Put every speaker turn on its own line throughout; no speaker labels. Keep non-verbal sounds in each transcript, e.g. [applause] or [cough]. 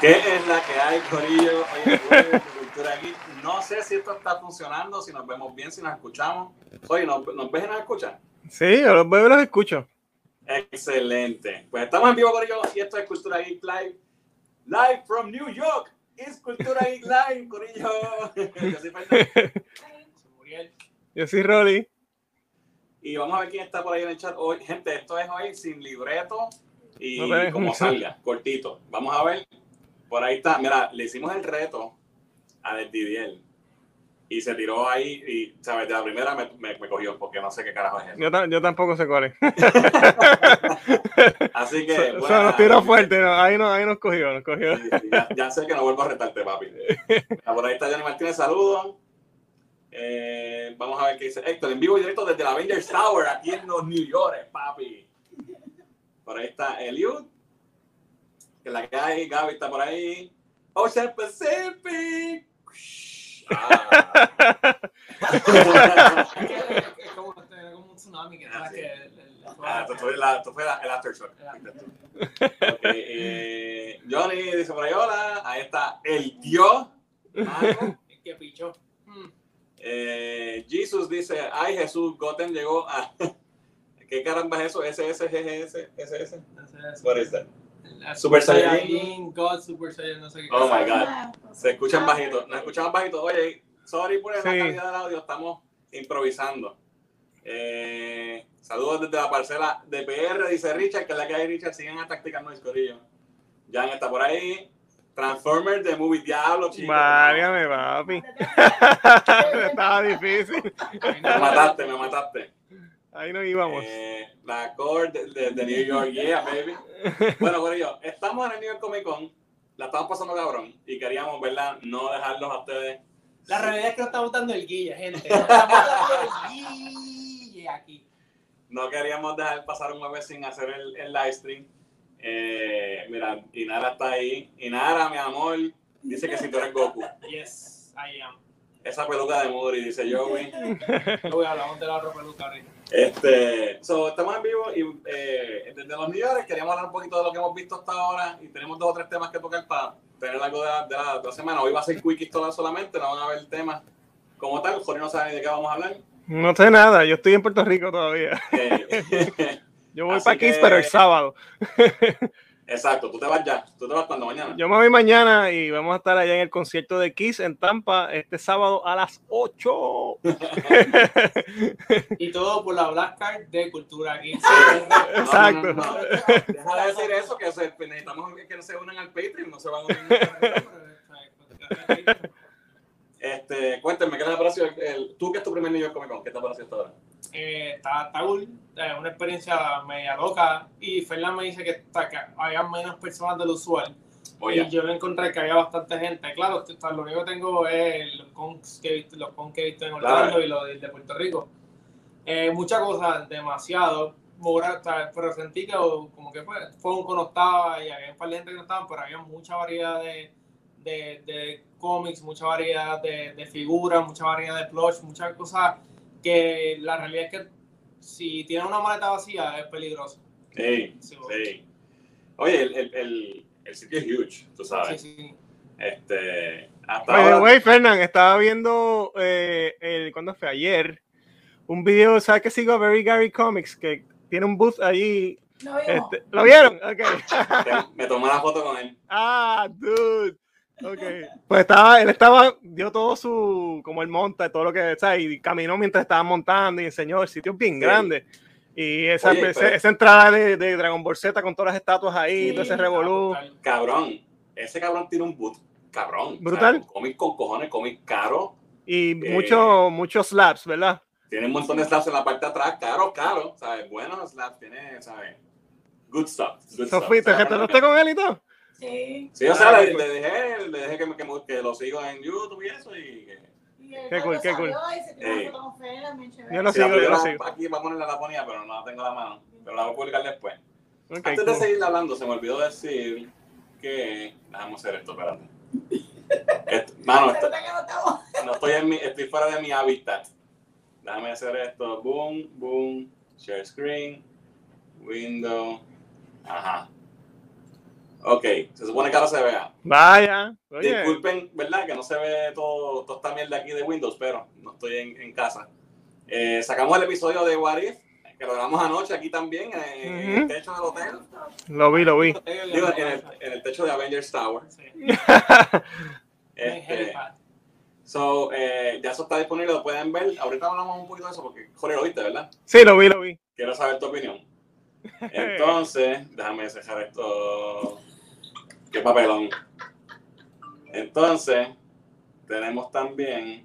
¿Qué es la que hay, Corillo? Hoy es jueves, Cultura Geek. No sé si esto está funcionando, si nos vemos bien, si nos escuchamos. Oye, ¿nos, nos ves y nos escuchas?
Sí, yo los veo y los escucho.
Excelente. Pues estamos en vivo, Corillo, y esto es Cultura Geek Live. Live from New York. Es Cultura Geek Live, Corillo. [laughs] Yo soy Fernando. Soy Muriel.
Yo soy Rolly.
Y vamos a ver quién está por ahí en el chat hoy. Gente, esto es hoy sin libreto y
No tenemos
como
mucho.
salga, cortito. Vamos a ver. Por ahí está. Mira, le hicimos el reto a Del Didier. Y se tiró ahí y, ¿sabes? De la primera me, me- me cogió porque no sé qué carajo
[laughs]
es eso.
Yo, ta- yo tampoco sé cuál es.
Así que,
O
buena,
sea, nos tiró
Didier.
fuerte, no, ahí, no, ahí nos cogió, nos cogió. [laughs]
Sí, sí, ya, ya sé que no vuelvo a retarte, papi. Mira, por ahí está Johnny Martínez, saludos. Eh, vamos a ver qué dice Héctor, en vivo y directo desde la Avengers Tower, aquí en los New York, papi. Por ahí está Eliud, que la que hay, Gaby está por ahí. Ocean Pacific. Ah.
Es como, era como un tsunami que era
Ah, sí.
que el- el-
Ah, esto fue, la- esto fue la- el aftershock. Ok, eh, Johnny dice por ahí, hola. Ahí está el Dios. Mano.
el que pichó. Mm.
Eh, Jesus dice, ay Jesús, Gotham llegó a... ¿Qué caramba es eso? SS, GGS, SS.
Entonces,
What is that?
el-
Super
el-
Saiyajin.
Saiyajin, God, Super Saiyan, no sé qué.
Oh
cosa.
my God. Se escuchan bajito. Nos escuchamos bajito. Oye, sorry por esa
Sí.
calidad del audio. Estamos improvisando. Eh, saludos desde la parcela de PR, dice Richard, que es la que hay Richard. Siguen a Tactical Noise, Corillo. Jan está por ahí. Transformers de Movie Diablo, chicos.
Válgame, papi. [laughs] Estaba difícil.
A mí no
Me mataste, me mataste.
Ahí nos íbamos.
Eh, la core de, de- de New York, yeah, baby. Bueno, Corillo, estamos en el New York Comic Con, la estamos pasando cabrón y queríamos, ¿verdad? No dejarlos a ustedes.
La realidad es que no estamos dando el guille, gente. No Estamos dando el guille aquí.
No queríamos dejar pasar un jueves sin hacer el, el live stream. Eh, mira, Inara está ahí. Inara, mi amor, dice que si tú eres Goku.
Yes, I am.
Esa peluca de Muri, dice Joey.
No voy a hablar de la ropa peluca ahorita.
Este, so, estamos en vivo y eh, desde los New York queríamos hablar un poquito de lo que hemos visto hasta ahora y tenemos dos o tres temas que tocar para tener algo de la, de la, de la semana. Hoy va a ser quick historia solamente, no van a ver temas como tal. Jorge no sabe ni de qué vamos a hablar.
No sé nada, yo estoy en Puerto Rico todavía.
Eh, [laughs]
Yo voy
Así
para aquí,
que-
pero el sábado.
exacto, tú te vas ya, tú te vas cuando mañana.
Yo me voy mañana y vamos a estar allá en el concierto de Kiss en Tampa este sábado a las 8.
Y todo por la Black Card de Cultura aquí.
Ah. No,
Exacto.
no, no, no. Deja de decir eso, que se- necesitamos que se unan al Patreon, no se van a unir. Este, cuéntenme, ¿qué les ha parecido? el- el- ¿Tú qué es tu primer New York Comic Con? ¿Qué te ha parecido hasta ahora?
Eh, está, está cool, eh, una experiencia media loca. Y Fernández me dice que, está- que había menos personas del usual.
Oye.
Y yo le encontré que había bastante gente. Claro, t- t- lo único que tengo es los cons que he visto, los cons que he visto en
Claro.
Orlando y los de, de Puerto Rico. Eh, muchas cosas, demasiado. Mora- o sea, pero sentí que oh, como que fue, fue un no estaba y había un par de gente que no estaban, pero había mucha variedad de, de, de cómics, mucha variedad de, de figuras, mucha variedad de plush, muchas cosas que la realidad es que si tienes una maleta vacía es peligroso.
Sí,
Sí,
sí. Oye, el, el, el, el sitio es huge, tú
sí,
sabes.
sí.
Este, hasta
By the
ahora,
way, Fernan, estaba viendo eh, el, ¿cuándo fue? Ayer, un video, ¿sabes que sigo a Very Gary Comics? Que tiene un booth allí.
No vimos.
Este, ¿Lo vieron? Ok.
te- me tomé la foto con él.
Ah, dude. Ok. Pues estaba, él estaba, dio todo su, como el monta, todo lo que, ¿sabes? Y caminó mientras estaba montando y enseñó el sitio es bien
Sí.
grande. Y esa,
Oye, pues.
esa-
pero-
esa entrada de, de Dragon Ball Z con todas las estatuas ahí,
Sí.
todo ese revolú.
Cabrón, ese cabrón tiene un boot, cabrón.
Brutal.
O sea, cómic con cojones, cómic caro.
Y
Eh.
muchos, muchos slaps, ¿verdad?
Tiene un montón de slaps en la parte de atrás, caro, caro. ¿Sabes? Buenos slaps, tiene, ¿sabes? Good stuff. Good stuff.
Sofía, ¿te
O sea,
retiraste con él y todo?
Sí.
Sí, o sea, le, le dejé, le dejé que, me- que, me- que lo sigo en YouTube y eso. Y que,
Y él
Qué cool,
cuando
qué cool.
salió y se tiró
Ey.
una foto con Fela, bien chévere.
Yo lo
si la
sigo, yo lo
tuviera
sigo.
Aquí vamos a poner la ponía, pero no la tengo en la mano. Pero la voy a publicar después.
Ok,
Antes
cool.
de seguir hablando, se me olvidó decir que. Vamos a hacer esto, espérate. Esto- mano,
Se
esto-
nota que no estamos-
no estoy, en mi, estoy fuera de mi hábitat. Déjame hacer esto. Boom, boom, share screen, window. Ajá. Ok, se supone que ahora se vea.
Vaya. Oye,
Disculpen, ¿verdad? Que no se ve todo, toda esta mierda aquí de Windows, pero no estoy en, en casa. Eh, sacamos el episodio de What If, que lo grabamos anoche aquí también, en, en el
Ujú.
techo del hotel.
lo vi, lo vi.
Digo, en el, en el techo de Avengers Tower.
Sí.
Este,
Helipad.
so, eh, ya eso está disponible, lo pueden ver. Ahorita hablamos un poquito de eso porque, joder, lo viste, ¿verdad?
Sí, lo vi, lo vi.
Quiero saber tu opinión. Entonces, déjame dejar esto. Qué papelón. Entonces, tenemos también.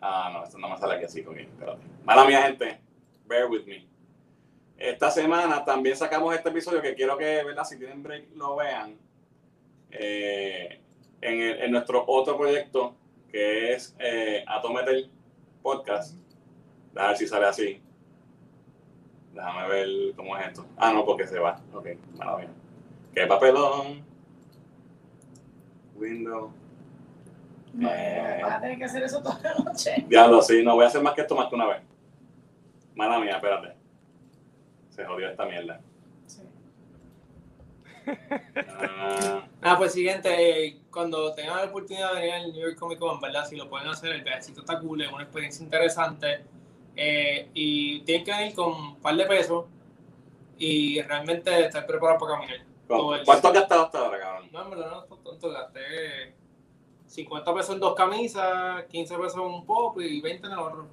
Ah, no, esto no me sale aquí así, coño. Espérate. Mala mía, gente. Bear with me. Esta semana también sacamos este episodio que quiero que, ¿verdad? Si tienen break, lo vean. Eh, en, el- en nuestro otro proyecto, que es eh, Atometer Podcast. A ver si sale así. Déjame ver cómo es esto. Ah, no, porque se va. Ok, maravilla. Qué papelón. Windows. Eh.
Vas a tener que hacer eso toda la noche.
Diablo, sí, no voy a hacer más que esto más que una vez. Mala mía, espérate. Se jodió esta
[laughs]
mierda.
Sí.
Ah,
Nada, pues siguiente, eh, cuando tengan la oportunidad de venir al New York Comic Con, ¿verdad? Si lo pueden hacer, el viajecito está cool, es una experiencia interesante. eh, y tienen que venir con un par de pesos y realmente estar preparados para caminar.
¿cu- ¿Cuánto has gastado hasta ahora, cabrón?
No, en verdad no fue tanto, gasté 50 pesos en dos camisas, 15 pesos en un pop y 20 en el otro.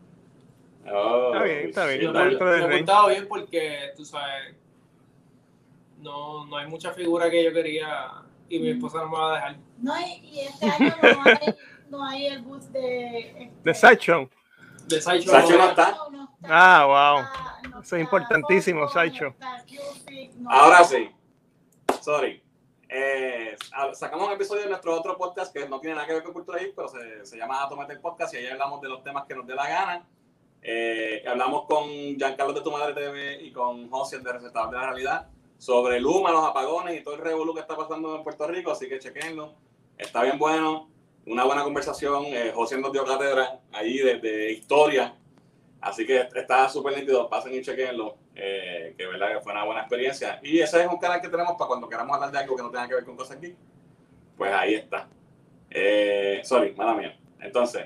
Oh,
Está bien, está bien.
shit,
Yo
dale,
dale.
me
dentro del
me he
ring.
portado bien porque, tú sabes, no, no hay mucha figura que yo quería y mi esposa no me va a dejar.
No, y, y este año no hay, no hay el bus de. este,
De Sideshow.
De Sideshow.
Sideshow
no
no
era-
está.
Ah, wow.
wow.
Eso es importantísimo, Sideshow.
Ahora sí. Sorry. Eh, a- sacamos un episodio de nuestro otro podcast que no tiene nada que ver con Cultura Geek, pero se, se llama Tomate el Podcast y ahí hablamos de los temas que nos dé la gana. Eh, hablamos con Giancarlo de Tu Madre TV y con José de Recetador de la Realidad sobre Luma, los apagones y todo el revolú que está pasando en Puerto Rico, así que chequenlo. Está bien bueno, una buena conversación. Eh, José nos dio cátedra ahí de, de historia Así que está súper nítido, pasen y chequenlo, eh, que verdad que fue una buena experiencia. Y ese es un canal que tenemos para cuando queramos hablar de algo que no tenga que ver con cosas aquí. Pues ahí está. Eh, sorry, mala mía. Entonces,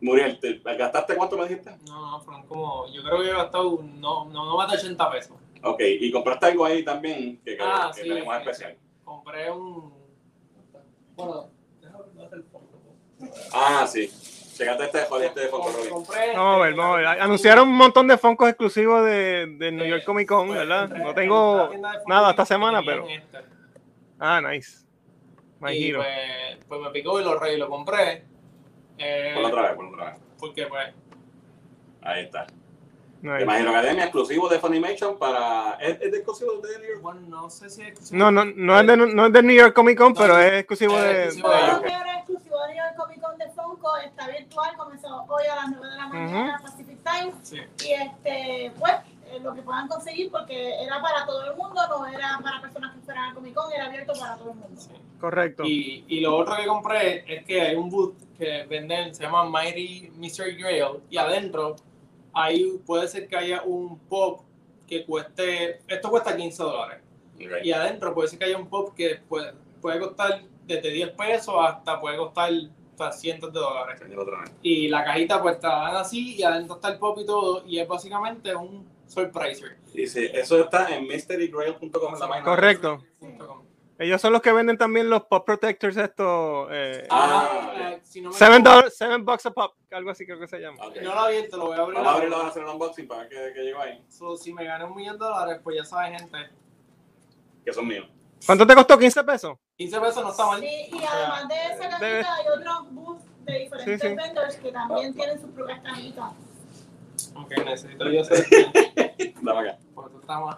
Muriel, ¿te gastaste cuánto me dijiste?
No, no, fueron como, yo creo que he gastado, no, no, no más de 80 pesos.
Ok, y compraste algo ahí también que, que-
Ah,
que
sí,
tenemos
sí.
especial.
Compré un... Bueno, déjame hacer el fondo.
Ah, sí. Checaste este de este de Foco
Com-
Robin.
Compré... este,
Vamos a ver, vamos a ver. Anunciaron un montón de Funkos exclusivos de, del New York Comic Con,
Pues,
¿verdad?
compré
No
en la
tengo.
tienda de Funko
nada esta
y
semana,
tenían
pero-
este.
Ah, nice. My
Y
Hero.
pues, pues me picó y lo re y lo compré. Eh,
Ponlo otra vez, ponlo otra vez.
porque pues,
Ahí está.
Nice.
Me imagino que es exclusivo de Funimation para... ¿Es, es exclusivo de New York?
bueno, no sé si es-
No, no, no es, de, no es del New York Comic Con,
No,
pero
no.
es exclusivo
Es
de.
exclusivo
Todo
Ah,
lo
ok.
que ahora es exclusivo de New York Comic Con de Funko está virtual, comenzó hoy a las 9 de la mañana Pacific Time.
Sí.
Y este, pues, eh, lo que puedan conseguir, porque era para todo el mundo, no era para personas que fueran a Comic Con, era abierto para todo el mundo.
sí.
Correcto.
Y, y lo otro que compré es que hay un booth que venden, se llama Mighty Mr. Grail, y adentro ahí puede ser que haya un pop que cueste, esto cuesta 15 dólares,
Ok.
y adentro puede ser que haya un pop que puede, puede costar desde 10 pesos hasta puede costar hasta cientos de dólares.
Chequenlo otra vez.
Y la cajita pues te la dan así y adentro está el pop y todo, y es básicamente un surpriser.
Dice, eso está en mysterygrail.com en la página.
Correcto.
Punto com.
Ellos son los que venden también los Pop Protectors estos. Eh,
Ah.
eh, si no me
seven,
equivoco,
dollars- seven bucks a pop, algo así creo que se llama.
Ok.
No lo he abierto, lo voy a abrir.
Vamos a abrirlo,
ahora.
vamos a hacer un unboxing para ver qué, qué llegó ahí.
So, si me gané un millón de dólares, pues ya sabes, gente.
Que son míos.
¿Cuánto te costó? ¿15 pesos?
15 pesos no está mal.
Sí, y además de esa cajita hay otros booths de diferentes
eh, Sí, Eh, sí.
vendors que también tienen sus propias cajitas.
Ok, necesito
[laughs]
yo hacer
Dame acá.
Por eso está mal.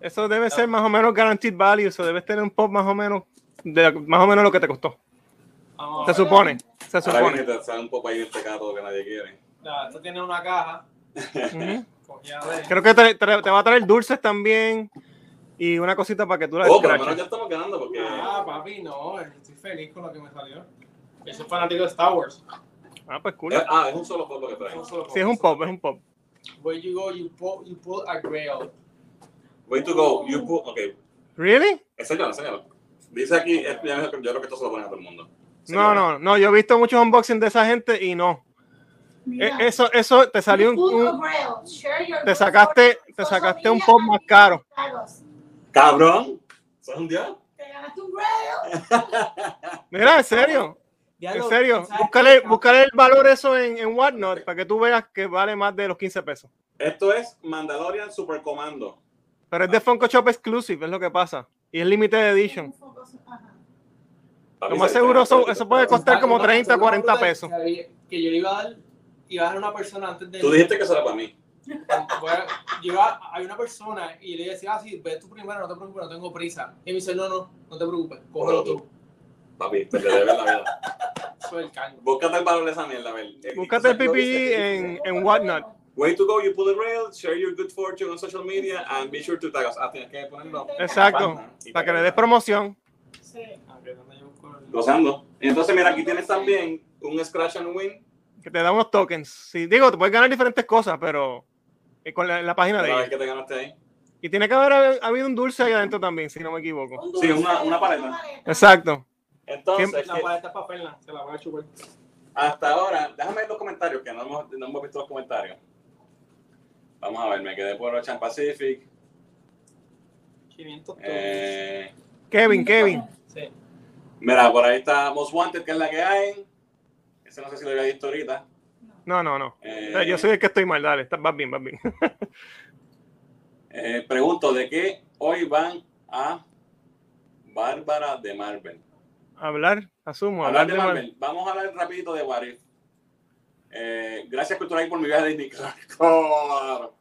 Eso debe
Ah.
ser más o menos guaranteed value, o sea, debes tener un pop más o menos de más o menos lo que te costó.
Vamos a
Se
ver.
supone, se
Ahora viene
supone.
y te sale un poco ahí de este gato que nadie quiere.
Ya, esto tiene una caja.
Ujú.
Cogida de.
Creo que te, te- te va a traer dulces también y una cosita para que tú la
Oh, por lo
escraches.
menos ya estamos ganando porque...
Ah, papi, no. Estoy feliz con lo que me salió. Yo soy fanático de Star Wars.
Ah, pues cool.
Eh, ah, es un solo polvo que trae.
Sí, es un pop, es un pop.
Where you go, you pull, you pull a grail.
Way to go. You put, ok.
¿Really?
Enséñalo, enséñalo. Dice aquí, eh, yo creo que esto se lo pone a todo el mundo.
No, no, no. Yo he visto muchos unboxing de esa gente y no. E-
Mira.
Eso, eso te salió un,
Food
un-
of Grail. Share your
te
good
sacaste,
story.
te
Social
sacaste un
media
pop más
and
caro.
regalos.
Cabrón, ¿sos un dios?
Te ganaste un Grail.
Mira, en serio, en
Diablo,
serio.
¿sabes
Búscale,
qué?
búscale el valor eso en, en Whatnot para que tú veas que vale más de los 15 pesos.
Esto es Mandalorian Supercomando.
Pero
Ah.
es de Funko Shop Exclusive, es lo que pasa. Y es Limited Edition.
Ajá.
Papi,
Lo más
se-
seguro eso-
se-
eso puede costar como 30, 40 pesos.
Que yo le iba a dar, iba a dar a una persona antes de.
Tú dijiste que eso era para mí.
Voy a- yo iba- hay una persona y le decía, ah, sí, ve tú primero, no te preocupes, no tengo prisa. Y me dice, no, no, no te preocupes, cógelo tú.
Papi, te le debes la
[laughs]
vida.
Soy el cargo.
Búscate el valor de esa mierda, a ver. Eh,
Búscate el PPG en, en Whatnot.
Way to go, you pull the rail, share your good fortune on social media, and be sure to tag us. Ah, tienes que ponerlo.
Exacto.
Y
Para que le des promoción.
Sí.
Ah, que no yo busco el-
Gozando. Entonces, mira, aquí tienes también un scratch and win.
Que te da unos tokens. Sí, digo, te puedes ganar diferentes cosas, pero eh, con la, la página de
Para ver
ellos.
qué te ganaste ahí.
Y tiene que haber hab- habido un dulce ahí adentro también, si no me equivoco.
Un
Sí,
dulce,
una- una paleta.
Exacto.
Entonces,
La
que-
paleta es para Fernan, se la voy a chupar.
hasta ahora, déjame ver los comentarios, que no hemos, no hemos visto los comentarios. Vamos a ver, me quedé por Ocean Pacific.
500 todos.
Eh,
Kevin, Kevin.
Sí.
mira, por ahí está Most Wanted, que es la que hay. Ese no sé si lo había visto ahorita.
No, no, no.
Eh,
Eh, Yo soy el que estoy mal, dale. Está- Vas bien, vas bien. [laughs]
eh, pregunto, ¿de qué hoy van a Bárbara de Marvel?
Hablar, asumo.
Hablar de
Mar-
Marvel. Vamos a hablar rapidito de What If. Eh, gracias Cultural por mi viaje de Disney. [laughs] Claro.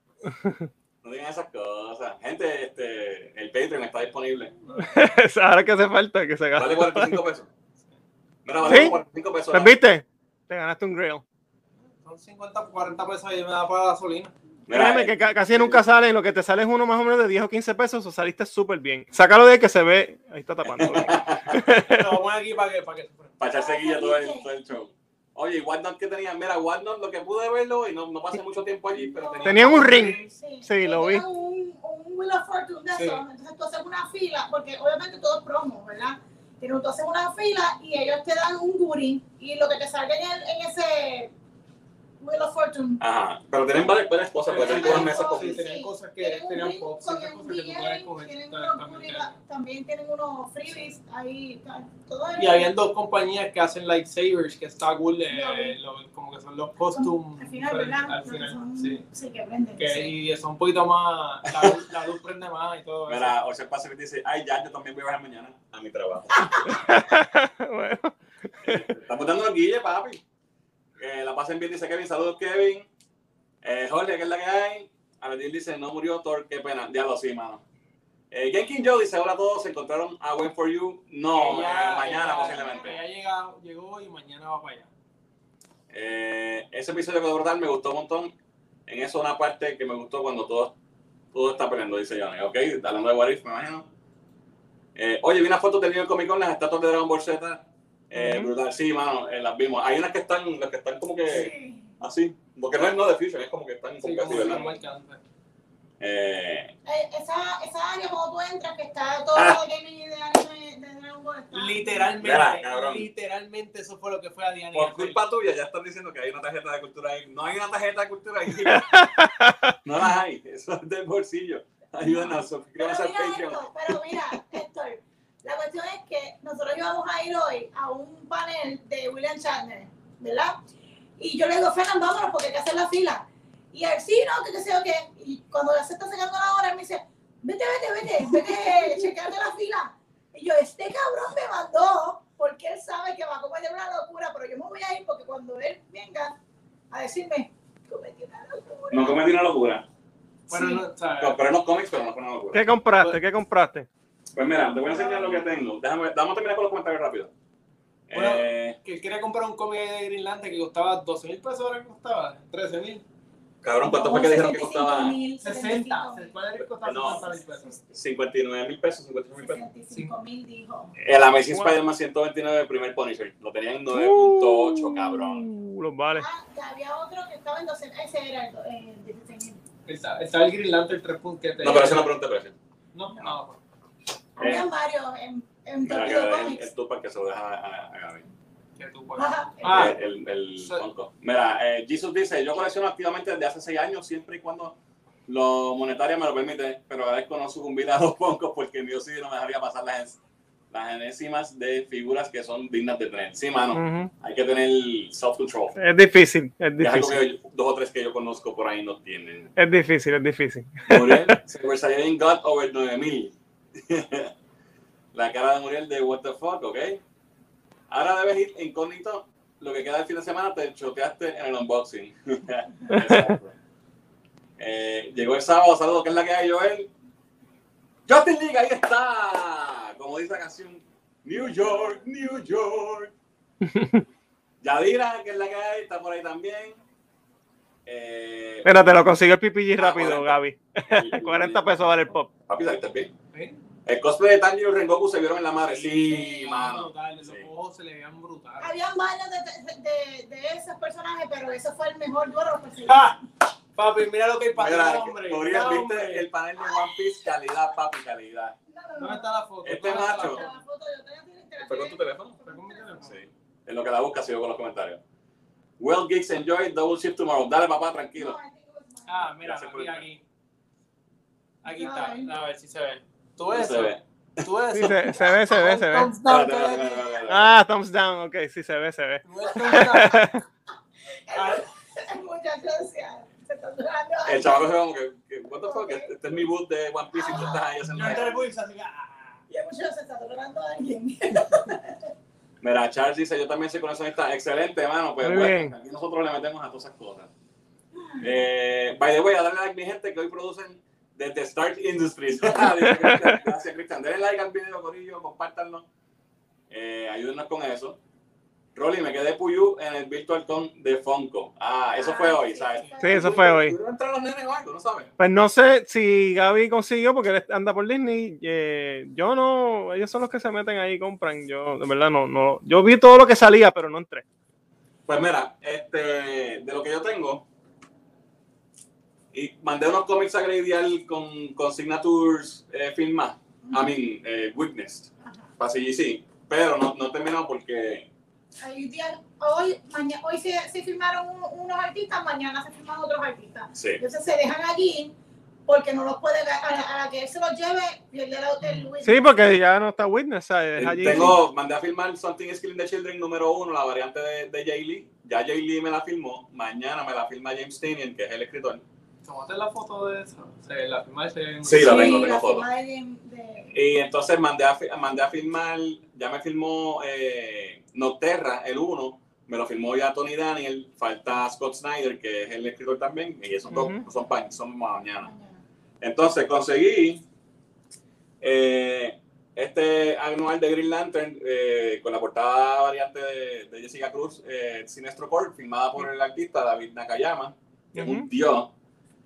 No digan esas cosas. Gente, este, el Patreon está disponible.
[laughs] Ahora que hace falta que se gaste. [laughs]
Vale 45 pesos. Mira, vale
¿Sí?
45 pesos.
Pues, ¿Viste? Te ganaste un grill.
Son 50, 40 pesos y me da para la gasolina.
Mira,
Créeme que
eh,
ca- casi nunca salen. Lo que te sale es uno más o menos de 10 o 15 pesos. O saliste súper bien. Sácalo de ahí que se ve. Ahí
[laughs]
está tapando.
Pero vamos aquí para que, para que
Para echarse guilla todo el, todo el show. Oye, y Whatnot que tenía. Mira, Whatnot, lo que pude verlo y no, no pasé mucho tiempo allí, pero tenía.
Tenían un ring.
Sí,
Sí, lo vi.
Era Un, un Wheel of Fortune de
Sí.
esos. Entonces tú haces una fila, porque obviamente todo es promo, ¿verdad? Pero tú haces una fila y ellos te dan un goodie y lo que te salga en, el- en ese Wheel of Fortune.
Ajá. Pero tienen varias, varias cosas, porque tienen todas mesas con.
Sí, tenían cosas que tenían
tienen un
pops,
ring
tenían cosas
con
que tú podías
NBA,
coger.
tienen
También
unos goodies,
tenían.
también tienen unos freebies ahí, tal, todo
Y habían dos compañías que hacen lightsabers, que está cool, eh, lo- como que son los costumes.
al final, ¿verdad?
Al
Lo que
final,
son-
sí.
que venden.
Que,
sí.
Y son un poquito más, la, luz- la luz prende más y todo eso.
Mira, Ocean Pacific dice, ay, ya, yo también voy a bajar mañana a mi trabajo.
Bueno,
Estamos dando guille, papi. Que la pasen bien, dice Kevin. Saludos, Kevin. Eh, Jorge, que es la que hay. Abedil dice, no murió Thor, qué pena. Diablo, sí, mano. Eh, Genkin Joe dice, hola a todos, ¿se encontraron a Wait For You? No,
Ella-
eh, mañana
ella-
posiblemente.
ella llega- llegó y mañana va para allá.
Eh, ese episodio que verdad me gustó un montón. En eso una parte que me gustó cuando todo, todo está peleando, dice Johnny. Ok, hablando de What If, me imagino. Eh, oye, vi una foto del New York Comic Con, las estatuas de Dragon Ball Z. Eh,
Ujú.
Brutal, sí, mano, eh, las vimos. Hay unas que están, las que están como que...
Sí.
Así. Porque no es no de Fusion, es como que están
Sí,
como
como
casi,
que está
¿verdad?
marcando.
Eh,
Eh, esa, esa área cuando tú entras que está todo
Ah.
lo de gaming y de anime de Dragon Ball está-
Literalmente,
Mira, cabrón.
literalmente eso fue lo que fue a Diana. y
por
a Fer.
culpa tuya ya están diciendo que hay una tarjeta de cultura ahí. No hay una tarjeta de cultura ahí. no las hay. Eso es del bolsillo. Ayúdanos,
Pero
suscríbanse al
mira,
Patreon.
esto, pero mira, Héctor, la cuestión es que nosotros íbamos a ir hoy a un panel de William Shatner, ¿verdad? Y yo le digo, Fernan, vámonos porque hay que hacer la fila. Y él, sí, no, que qué sé yo qué. Y cuando ya se está sacando la hora, él me dice, vete, vete, vete, vete, [laughs] checate la fila. Y yo, este cabrón me mandó porque él sabe que va a cometer una locura, pero yo me voy a ir porque cuando él venga a decirme, cometí una locura.
No cometí una locura.
Bueno,
Sí.
no, o sea,
Compré los cómics, pero no fue una locura.
¿Qué compraste? ¿Qué compraste?
Pues mira, te voy a enseñar lo que tengo. Déjame, vamos a terminar con los comentarios rápido.
Bueno.
Eh,
que él quería comprar un cómic de Green Lantern que costaba 12 mil pesos, ahora que costaba 13 mil.
cabrón, ¿cuánto fue que dijeron que costaba?
60.
65
¿se
mil.
puede decir que costaba
No.
60 mil pesos?
59 mil pesos, 58 mil pesos.
65 mil dijo.
El Amazing
Wow.
Spider-Man 129, el primer Punisher. Lo tenían en 9.8, cabrón.
Uh, Los
Eh.
vale.
Ah, que había otro que estaba en 12 Ese era el do- el 16 mil.
Eh.
Está, está el Green Lantern 3.7. pues,
No, pero eso no pregunta de precio.
No, no.
Habían varios en, en
Mira,
Tortuga
que el,
Comics.
el Tupac que se lo deja a, a Gaby.
que tú puedes.
Ajá.
Ah.
Eh, el, el, el
So-
Funko. Mira, eh, Jesus dice, yo colecciono activamente desde hace seis años, siempre y cuando lo monetario me lo permite, pero agradezco no sucumbir [laughs] a los Funkos porque mi sí no me dejaría pasar las, las enésimas de figuras que son dignas de tener. Sí, mano,
Mm.
Ujú.
hay que tener self-control.
Es difícil, es
Es algo
difícil.
que yo- dos o tres que yo conozco por ahí no tienen.
Es difícil, es difícil.
Muriel, Cyber Saiyan God over 9000. [laughs] La cara de Muriel de What the fuck, ¿ok? Ahora debes ir incógnito. Lo que queda del fin de semana te choteaste en el unboxing. [laughs] Exacto. Eh, llegó el sábado, saludos, ¿qué es la que hay, Joel? Justin League, ahí está. Como dice la canción, New York, New
[laughs]
York. Yadira, que es la que hay, está por ahí también. Eh,
Mira, te lo consiguió el PPG
Ah, 40.
rápido, Gaby. [laughs] 40 pesos vale el pop.
Papi, saliste bien.
¿Sí?
El cosplay de Tanjiro y Rengoku se vieron en la madre. Sí, mano.
Brutal, Los
Sí.
ojos se le veían brutales.
Habían varios de, de, de esos personajes, pero ese fue el mejor duelo. pues, que se-
¡Ah! Papi, mira lo que hay para ti,
Mira,
hombre.
Gabriel,
Ya,
viste
hombre.
el panel de One Piece, calidad, papi, calidad.
No, no, no.
¿Dónde está la foto?
Este
¿Dónde está la
macho.
foto?
La foto yo tenía que- te la
¿Fue con tu teléfono?
¿Está con mi teléfono?
Sí. En lo que la busca, sigo con los comentarios. Well, Geeks, enjoy double shift tomorrow. Dale, papá, tranquilo.
No, I think it was mine.
Ah, mira,
Gracias por
aquí,
el-
aquí. Aquí
Ay.
está. A ver si se ve. Tú
No
ves
se ve.
eso. Tú ves
Sí,
eso.
se, se ve, se ve, se ve.
Thumbs down,
Espérate, espérate, espérate, espérate, espérate.
Ah, thumbs down, ok, sí, se ve, se ve.
tú ves thumbs down.
[laughs]
Ah.
[laughs] El muchacho decía, se está durando.
El chaval se ve como que, que, what the fuck, este este es mi boot de One Piece y tú estás ahí haciendo
Yo entré al
nada.
Wilson, así que, ah.
Y el muchacho se está durando a alguien.
Mira, Charles dice, yo también soy coleccionista. Excelente, hermano. Pues
Muy
bueno,
bien.
aquí nosotros le metemos a todas esas cosas. Eh, by the way, a darle like a mi gente que hoy producen desde Start Industries. Dice Cristian. Gracias, Cristian. Denle like al video, Corillo, compártanlo. Eh, ayúdennos con eso. Rolly, me quedé Puyú en el Virtual Con de Funko. Ah, eso fue
Ah,
hoy,
sí,
¿sabes?
Sí, eso fue hoy.
¿Pudieron entrar los nenes o algo? ¿No sabes?
Pues no sé si Gaby consiguió porque él anda por Disney. eh, yo no, ellos son los que se meten ahí y compran. Yo, de verdad, no, no. Yo vi todo lo que salía, pero no entré.
Pues mira, este, de lo que yo tengo, y mandé unos cómics a gradear con, con Signatures eh, Film más, I mean, eh, Witnessed,
Ajá.
para CGC, pero no, no terminó porque
Ahí día- Hoy, mañana, hoy se, se firmaron un- unos artistas, mañana se firman otros artistas.
sí.
Entonces se dejan allí porque no los puede, a, a- a que él se los lleve, pierde el hotel Luis.
Sí, porque ya no está Witness, ¿sabes? Es allí.
Tengo, mandé a filmar Something is Killing the Children número uno, la variante de, de Jay Lee. Ya Jay Lee me la filmó, mañana me la filma James Tinian, que es el escritor.
Tomaste la foto de este eso. Se la firma y se ve.
Sí, la tengo, tengo
la
foto.
firma de- de-
Y entonces mandé a, fi- mandé a filmar, ya me filmó eh, Nocterra, el 1, me lo filmó ya Tony Daniel, falta Scott Snyder, que es el escritor también, y esos dos
Ujú.
son, pa- son mañana.
mañana.
Entonces conseguí eh, este anual de Green Lantern eh, con la portada variante de, de Jessica Cruz, eh, Sinestro Corp, filmada por el artista David Nakayama, que es
Ujú.
un dios.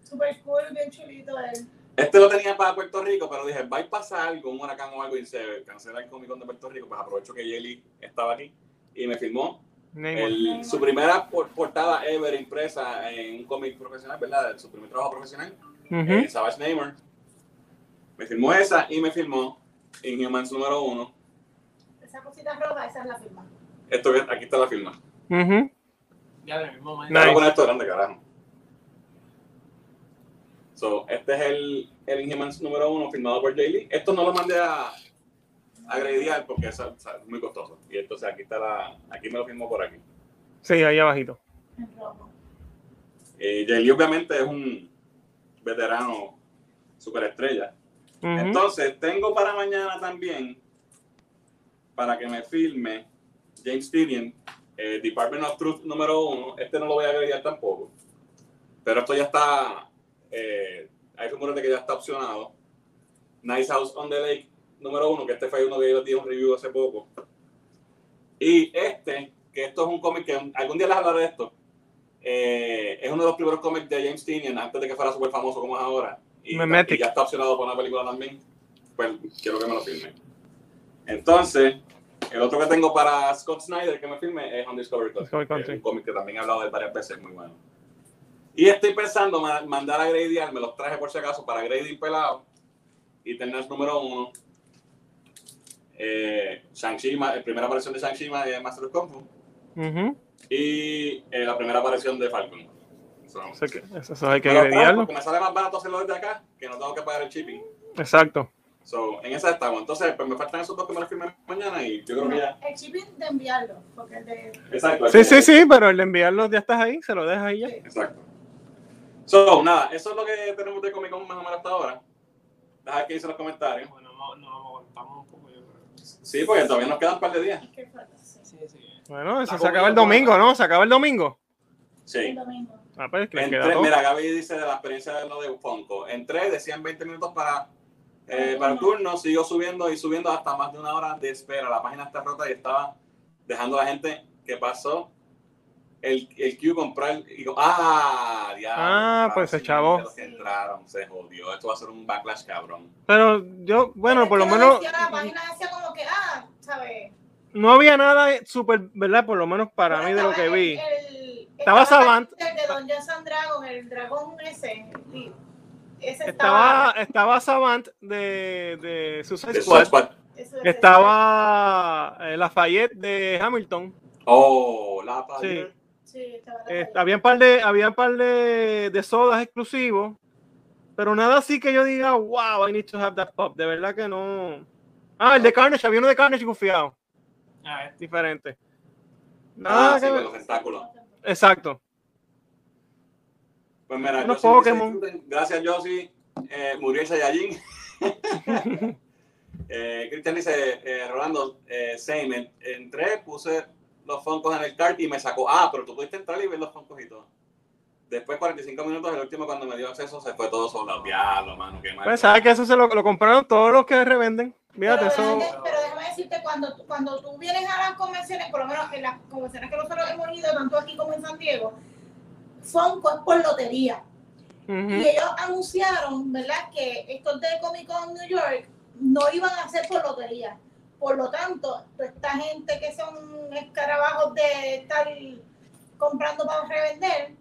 Super cool, bien chulito él.
Este lo tenía para Puerto Rico, pero dije, va a pasar algo, un huracán o algo, y se cancela el Comic Con de Puerto Rico, pues aprovecho que Jelly estaba aquí y me firmó
Name
el- su primera por- portada ever impresa en un cómic profesional, ¿verdad? Su primer trabajo profesional,
one. Ujú.
eh, Savage Neymar. Me firmó esa y me firmó Inhumans número uno.
Esa cosita roja, esa es la firma.
Esto, que- aquí está la firma.
Ujú.
Ya en el mismo momento.
Voy a
Nice.
poner esto grande, carajo. So, este es el, el Inhumans número uno firmado por Jay Lee. Esto no lo mandé a, a gradear porque es, es muy costoso. Y entonces aquí está la. Aquí me lo firmó por aquí.
Sí, ahí abajito.
En rojo.
Eh, Jay Lee, obviamente, es un veterano superestrella.
Ujú.
Entonces, tengo para mañana también para que me filme James Tyrion, eh, Department of Truth número uno. Este no lo voy a agregar tampoco. Pero esto ya está. eh, hay rumores de que ya está opcionado. Nice House on the Lake número uno, que este fue uno que yo di un review hace poco. Y este, que esto es un cómic que algún día les hablaré de esto. eh, es uno de los primeros cómics de James Tynion antes de que fuera súper famoso como es ahora. Y,
Memetic.
y ya está opcionado para una película también. Pues quiero que me lo firme. Entonces, el otro que tengo para Scott Snyder que me firme es Undiscovered Country.
Discovery
que
Country.
Es un cómic que también he hablado de él varias veces, muy bueno. Y estoy pensando ma- mandar a gradear, me los traje por si acaso para gradear pelado, y tener número uno. eh, Shang-Chi, ma- eh, primera aparición de Shang-Chi, ma- eh, Master of Kung Fu,
Ujú.
y eh, la primera aparición de Falcon. So,
Eso hay que, eso- eso hay que
pero claro,
agrediarlo.
porque me sale más barato hacerlo desde acá, que no tengo que pagar el shipping.
Exacto.
So, en esa estamos. Entonces, pues me faltan esos dos que me los firmé mañana y yo creo que ya.
El shipping de enviarlo, porque el de
Exacto.
Sí,
como-
sí, sí, pero el de enviarlos ya estás ahí, se lo dejas ahí ya.
Exacto. So, nada, eso es lo que tenemos de Comic Con más o menos hasta ahora. Deja que hice los comentarios.
Bueno, no, no, aguantamos un poco, yo creo.
Sí, porque todavía nos quedan un par de días.
es que falta, sí,
Sí, sí.
Bueno, eso
La
se acaba el
comida
domingo, ¿no? Se acaba el domingo.
el
Sí.
domingo.
Ah, pues que
En
queda
tres-
todo.
mira, Gaby dice de la experiencia de lo de Funko. Entré, decían 20 minutos para, eh, para el turno, siguió subiendo y subiendo hasta más de una hora de espera. La página está rota y estaba dejando a la gente que pasó el, el Q comprar. Y digo, ¡ah! diablo,
Ah,
claro,
pues se
sí,
chavó.
de los que entraron, se jodió. Esto va a ser un backlash cabrón.
Pero yo, bueno,
Pero
por lo
es que
menos
decía La página decía como que, ah, ¿sabes?
no había nada súper, ¿verdad? Por lo menos para
Bueno,
mí de lo
estaba
que
el-
vi.
el-
Estaba Savant.
El de Don Johnson Dragon, el dragón ese. sí. Ese
Estaba,
estaba.
estaba Savant de, de Suicide
De
Squad.
Squad.
ese- ese-
Estaba eh, Lafayette de Hamilton.
Oh, la
Sí.
página.
Sí, estaba.
Eh, había un par de, había un par de, de sodas exclusivos, pero nada así que yo diga, wow, I need to have that pop. De verdad que no. Ah, el de Carnage, había uno de Carnage confiado,
Ah, este.
diferente. Nada
Ah, sí,
que
con
ver.
los tentáculos.
Exacto.
Pues mira,
Unos
Yoshi dice,
Pokémon.
"Disfruten". gracias Josie, eh, murió el Saiyajin. [laughs] eh, Cristian dice, eh, Rolando, eh, same, en- entré, puse los foncos en el cart y me sacó, ah, pero tú pudiste entrar y ver los foncos y todo. Después 45 minutos, el último cuando me dio acceso se fue todo soldado. Diablo, mano, qué mal.
Pues sabes que eso se lo, lo compraron todos los que revenden. Fíjate,
pero,
eso.
déjame, pero déjame decirte, cuando, tú- cuando tú vienes a las convenciones, por lo menos en las convenciones que nosotros hemos ido, tanto aquí como en San Diego, Funko es por lotería. Y
Ujú.
ellos anunciaron, ¿verdad?, que estos de Comic Con New York no iban a ser por lotería. Por lo tanto, toda esta gente que son escarabajos de estar comprando para revender,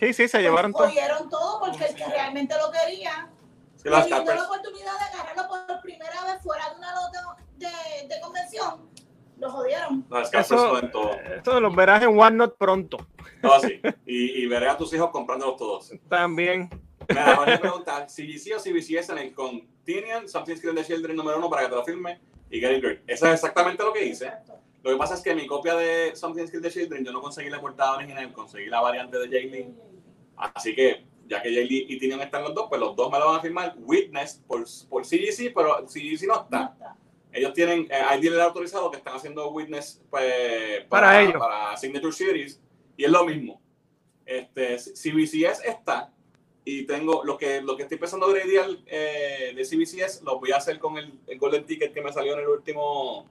Sí, sí, se
pues,
llevaron todo.
jodieron todo porque el que realmente lo quería
Sí, las
teniendo
cartas.
la oportunidad de agarrarlo por primera vez fuera de una lota de, de convención, lo jodieron.
No, es que
Eso,
en todo.
eso los verás en OneNote pronto.
No, sí. Y, y veré a tus hijos comprándolos todos.
También.
Mira, Jorge pregunta, CBC o CBCS en el Continuum, Something Screen the Children número uno para que te lo firme y Gary Green. Eso es exactamente lo que hice.
Exacto.
Lo que pasa es que mi copia de Something Screen the Children, yo no conseguí la portada original, conseguí la variante de Jay Lee. Así que, ya que Jay Lee y Tinian están los dos, pues los dos me lo van a firmar. Witness por, por CGC, pero CGC no
No
está.
está.
Ellos tienen, eh, hay dealer autorizado que están haciendo Witness pues,
Para ellos.
para Signature Series y es lo mismo. Este, CBCS está y tengo lo que, lo que estoy pensando gradear eh, de CBCS lo voy a hacer con el, el Golden Ticket que me salió en el último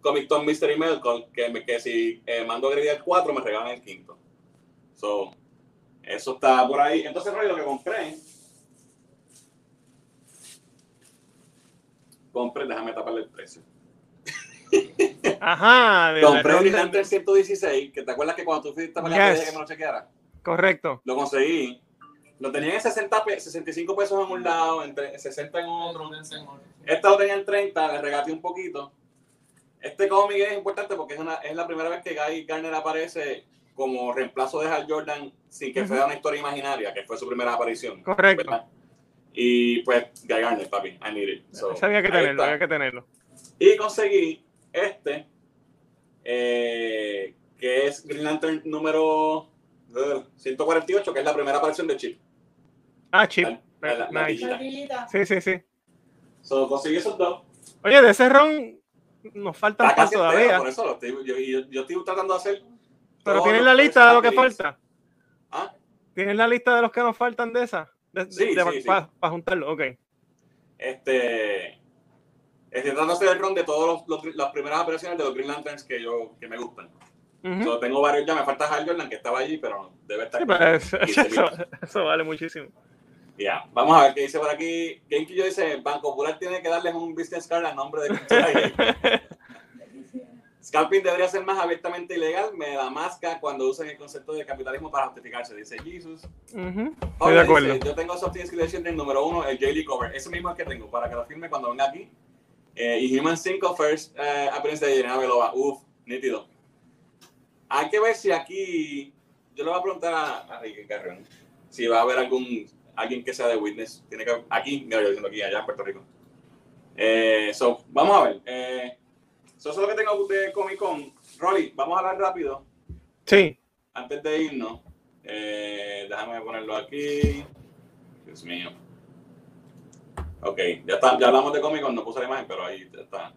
Comic Con Mystery Mail con, que, me- que si eh, mando a gradear cuatro me regalan el quinto. So, eso está por ahí. Entonces, Roy, lo que compré. Compré, déjame taparle el precio.
Ajá. de la
Compré el
ronda-
Hunter 116, que te acuerdas que cuando tú fuiste para la
Yes.
dije que me lo chequeara.
Correcto.
Lo conseguí. Lo tenía en 60 pe- 65 pesos en un lado, en tre- 60 en otro.
Otro, tengo.
Este lo tenía en 30, le regateé un poquito. Este cómic es importante porque es, una, es la primera vez que Guy Garner aparece como reemplazo de Hal Jordan sin que
Ujú.
fuera una historia imaginaria, que fue su primera aparición.
Correcto.
¿verdad? Y pues, Guy Garner, papi, I need it. So,
Eso había que
ahí
tenerlo,
está.
había que tenerlo.
Y conseguí este, eh, que es Green Lantern número eh, 148, que es la primera aparición de Chip.
Ah, chip.
La- la- la
Nice.
pillita.
Maldita.
Sí, sí, sí.
So, conseguí esos dos.
Oye, de ese ron nos faltan
Está
más
casi entero,
todavía.
por eso lo estoy- yo, yo- yo estoy tratando de hacer.
Pero
todos
tienes
los
la lista de lo que
first release.
falta.
Ah,
Tienes la lista de los que nos faltan de esa.
Sí, sí, sí.
Para juntarlo, ok.
este. Estoy tratando de hacer el ron de todas las primeras apariciones de los Green Lanterns que, yo, que me gustan.
Ujú.
So, tengo varios ya, me falta Hal Jordan que estaba allí, pero debe estar.
Sí,
como-
pero [laughs] eso,
15.000.
eso- eso vale muchísimo.
Ya, vamos a ver qué dice por aquí. Genki dice, Banco Popular tiene que darles un business card a nombre de Scalping debería ser más abiertamente ilegal, me da masca cuando usan el concepto de capitalismo para justificarse, dice Jesus.
Ujú. Estoy de
Ahora
acuerdo.
dice, yo tengo Soft Inscription del número uno, el Daily Cover. Ese mismo es que tengo, para que lo firme cuando venga aquí. Eh, y Human 5 First eh, Appearance de Yelena Belova. Uf, nítido. Hay que ver si aquí. Yo le voy a preguntar a, a Ricky Carrión si va a haber algún alguien que sea de Witness. Tiene que aquí, mira, yo diciendo aquí, allá en Puerto Rico. Eh, so, vamos a ver. Eh, so, eso es lo que tengo de Comic Con. Rolly, vamos a hablar rápido
Sí.
antes de irnos. Eh, déjame ponerlo aquí. Dios mío. Ok, ya está, ya hablamos de Comic Con, no puse la imagen, pero ahí ya está.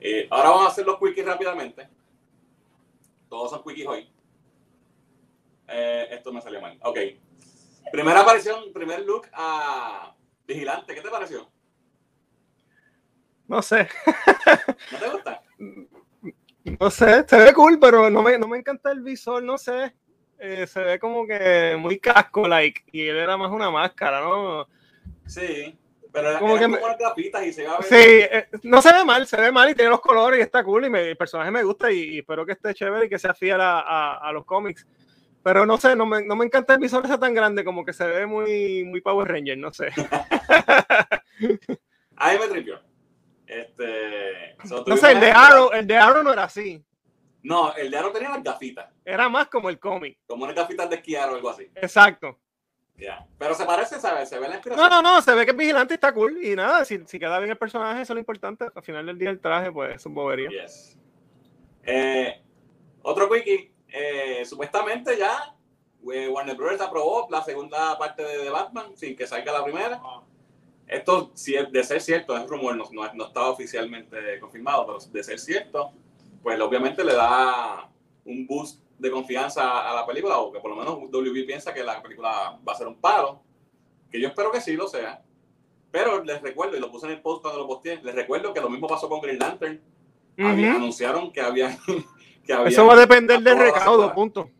Eh, ahora vamos a hacer los quickies rápidamente. Todos son quickies hoy. Eh, esto me salió mal. Ok. Primera aparición, primer look a Vigilante. ¿Qué te pareció?
No sé.
¿No te gusta?
No sé, se ve cool, pero no me, no me encanta el visor, no sé. Eh, se ve como que muy casco, like, y él era más una máscara, ¿no?
Sí. Pero era,
Como
eran
que me-
como las gafitas y se va a ver.
Sí, eh, no se ve mal, se ve mal y tiene los colores y está cool y me- el personaje me gusta y, y espero que esté chévere y que sea fiel a, a- a los cómics. Pero no sé, no me, no me encanta el visor ese tan grande, como que se ve muy, muy Power Ranger, no sé.
Ahí me tripió. Este. so,
No
tuvimos-
sé, el de Arrow, el de Arrow no era así,
No, el de Aro tenía las gafitas.
era más como el cómic,
Como unas gafitas de esquiar o algo así.
exacto.
Ya. Pero se parece, ¿sabes? Se ve la
No,
inspiración.
no, no, se ve que es vigilante y está cool y nada, si, si queda bien el personaje, eso es lo importante. Al final del día el traje, pues eso es bobería.
Yes. Eh, otro quickie. Eh, supuestamente ya eh, Warner Bros. aprobó la segunda parte de, de Batman sin que salga la primera. Esto, si es de ser cierto, es rumor, no, no, no está oficialmente confirmado, pero de ser cierto, pues obviamente le da un boost de confianza a la película, o que por lo menos WB piensa que la película va a ser un palo, que yo espero que sí lo sea. Pero les recuerdo, y lo puse en el post cuando lo posteé, les recuerdo que lo mismo pasó con Green Lantern. Había-
Ujú.
anunciaron que había... [laughs] Que había
Eso va a depender del
aprobado la
recaudo,
secuela.
punto.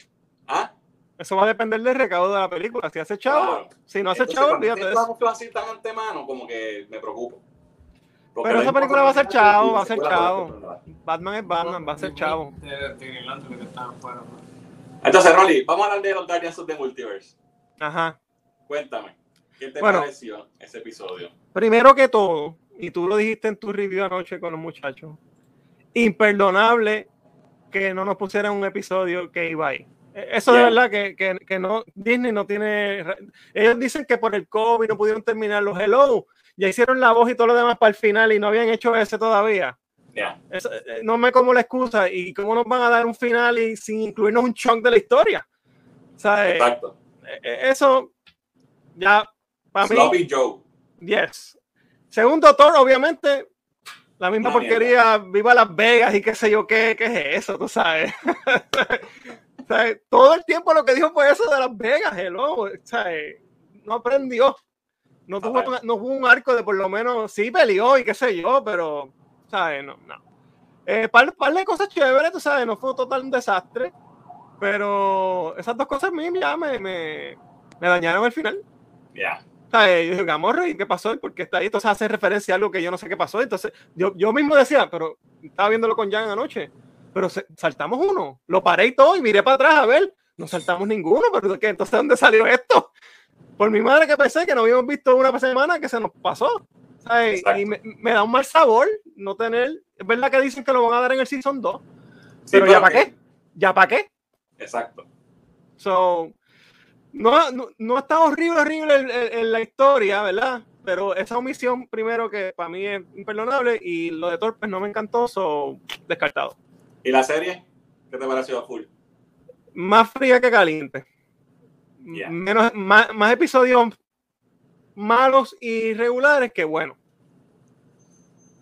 Ah,
Eso va a depender del recaudo de la película. Si hace chavo,
claro.
si no hace
Entonces,
chavo,
cuando
olvídate de
tienen
eso.
todas las cosas así tan antemano, como que me preocupo. Porque
Pero
lo
esa
mismo
película
pasó
va a ser
con
chavo,
y
va a ser
secuela, pero
chavo.
después no la-
Batman es Batman, Ah, va a ser chavo.
De, de Green Lantern que está afuera. ¿no?
Entonces, Rolly, vamos a hablar de los Guardians of the Multiverse.
Ajá.
Cuéntame, ¿qué te
Bueno.
pareció ese episodio?
Primero que todo, y tú lo dijiste en tu review anoche con los muchachos, imperdonable que no nos pusieran un episodio que iba ahí. Eh, Eso de
Bien.
verdad que, que- que no, Disney no tiene. ra- Ellos dicen que por el COVID no pudieron terminar los Hello. Ya hicieron la voz y todo lo demás para el final y no habían hecho ese todavía.
Ya,
Eso, eh, no me como la excusa y cómo nos van a dar un final y sin incluirnos un chunk de la historia. O sea, eh,
exacto.
eh, eso ya para mí,
Sloppy Joe.
yes. Segundo Thor, obviamente, la misma
Una
porquería, viva Las Vegas y qué sé yo qué, qué es eso, tú sabes. [laughs] O sea, eh, todo el tiempo lo que dijo fue eso de Las Vegas, hello, o sea, eh, no aprendió. No tuvo,
Total.
no hubo un arco de por lo menos, sí peleó y qué sé yo, pero, ¿sabes? No, no. Eh, par, par de cosas chéveres, tú sabes, no fue total un desastre, pero esas dos cosas a mí ya me, me, me dañaron al final.
Ya.
¿Sabes? eh, Yo dije, Gamorra, ¿y qué pasó? ¿Y ¿Por qué está ahí? Entonces hace referencia a algo que yo no sé qué pasó. Entonces yo, yo mismo decía, pero estaba viéndolo con Jan anoche, pero se- saltamos uno, lo paré y todo y miré para atrás a ver, no saltamos ninguno, pero ¿qué? entonces ¿dónde salió esto? Por mi madre que pensé que no habíamos visto una semana que se nos pasó. ¿sabes?
Exacto.
Y me, me da un mal sabor no tener, es verdad que dicen que lo van a dar en el Season 2,
Sí,
pero ¿ya para
que-
qué? ¿Ya para qué?
Exacto.
So, no, no, no está horrible, horrible en, en- en la historia, ¿verdad? Pero esa omisión, primero, que para mí es imperdonable, y lo de Torpes no me encantó, so, descartado.
¿Y la serie? ¿Qué te pareció full?
Más fría que caliente.
Yeah.
Menos, más, más episodios malos y regulares que bueno.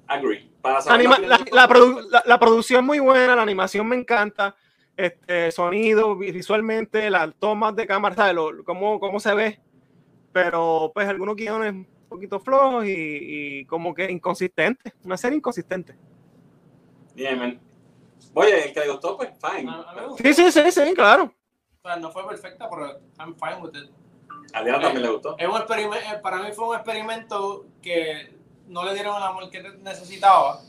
Agree. Para
La,
saber
anima-
opinión
la,
de-
la produ- la- la producción muy buena, la animación me encanta, este sonido, vi- visualmente, las tomas de cámara, ¿sabes? Lo- lo- cómo, cómo se ve, pero pues algunos guiones un poquito flojos y, y como que inconsistentes, una serie inconsistente.
Bien, man. Oye, el que le gustó, pues fine.
A- a mí me gustó.
Sí, sí, sí, sí, claro.
O sea, no fue perfecta, pero I'm fine with it.
A Diana también le gustó.
Es un experime- eh, para mí fue un experimento que no le dieron el amor que necesitaba,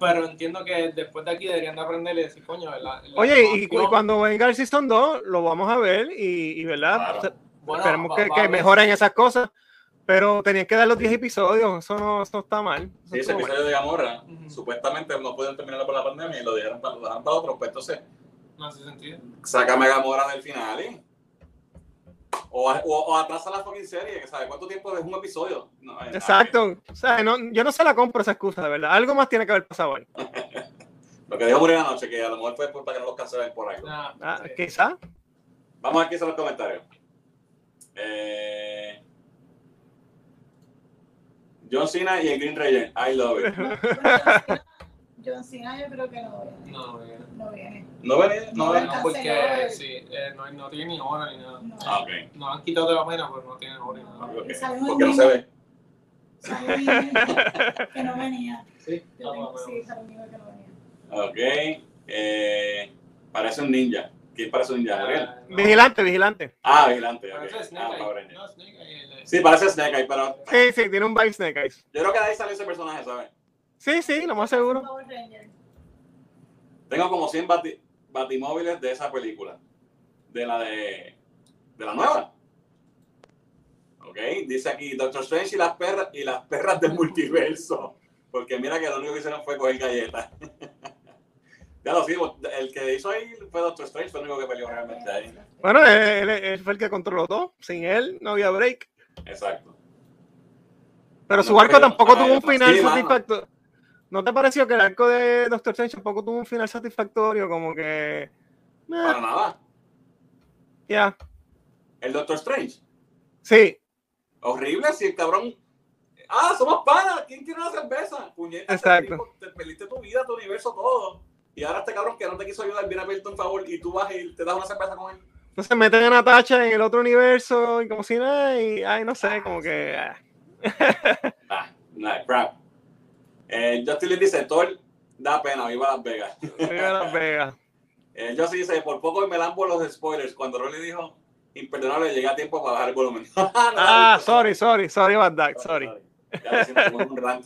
pero entiendo que después de aquí deberían de aprender y decir, coño, la- la
Oye, y, cu-
animación-
cuando venga el Season 2, lo vamos a ver y, y, ¿verdad?
Claro.
Se-
bueno,
Esperemos
va-
que,
va
que
a ver-
mejoren esas cosas, Pero tenían que dar los 10 episodios, eso no, eso está mal. Eso
Sí, ese
estuvo mal.
episodio de Gamorra,
Ujú.
supuestamente no pudieron terminarlo por la pandemia y lo dejaron para, lo dejaron para otro, pues entonces,
No hace sentido.
sácame a Gamorra del final, ¿eh? O, a- o, o atrasa la fucking serie, que sabe cuánto tiempo es un episodio. No, eh,
Exacto. O sea, no, yo no se la compro esa excusa, de verdad. Algo más tiene que haber pasado ahí.
Lo que dijo Muriel anoche, que a lo mejor fue por- para que no los cancelen por algo.
Nada, eh,
Ah,
sí.
Quizá.
Vamos a ver qué son los comentarios. Eh, John Cena y el Green Ranger. I love it.
[laughs]
John Cena yo creo que no viene.
No, eh, no, no.
No viene.
¿No ven? ¿No ven?
No, porque sí, eh, no, no tiene ni hora ni nada.
No.
Ah, ok.
Nos han quitado de la página, pero no tiene hora ni nada.
ok.
Salió un
Porque no se ve.
Salió un email que no venía.
Sí,
Yo
no,
tengo,
no,
sí, salió un email que no venía.
Ok. Eh, parece un ninja. ¿Quién parece un ninja? Gabriel?
no.
Vigilante, vigilante.
Ah, vigilante. ok.
Ah. Parece
Ah,
Snake
Power
Eye.
Ranger.
No, Snake Eye, el- el-
Sí, parece Snake Eye, pero
Sí, sí, tiene un vibe Snake Eyes.
yo creo que de ahí salió ese personaje, ¿sabes?
Sí, sí, lo más seguro.
Power Ranger.
Tengo como 100 bati- batimóviles de esa película. De la de. De la nueva. Ok, dice aquí Doctor Strange y las perras, y las perras del multiverso. Porque mira que lo único que hicieron fue coger galletas. [laughs] ya lo sigo. El que hizo ahí fue Doctor Strange, fue el único que peleó realmente ahí.
Bueno, él, él- él fue el que controló todo. Sin él no había break.
Exacto.
Pero
No
su arco
creo.
tampoco tuvo
Ay,
un final
sí, mano.
satisfactorio. ¿No te pareció que el arco de Doctor Strange tampoco tuvo un final satisfactorio? Como que. eh,
Para nada.
ya.
El Doctor Strange.
Sí,
Horrible, si el cabrón. Ah, somos panas. ¿Quién quiere una cerveza? Puñeta, este
Exacto.
tipo, te perdiste tu vida, tu universo, todo. Y ahora este cabrón que no te quiso ayudar, viene a pedirte un favor y tú vas y te das una cerveza con él.
Entonces meten a Natasha en el otro universo y como si nada, y ay, no sé, como que. ah.
Ah, nah, crap. Eh, Justin Lee dice: Thor, da pena, viva Las Vegas.
Viva Las Vegas.
Eh, Justin dice: Por poco me lambo los spoilers. Cuando Rolly dijo: Imperdonable, llegué a tiempo para bajar el volumen. [laughs]
Ah, sorry, sorry, sorry about that, sorry.
Ya lo siento, fue un rant.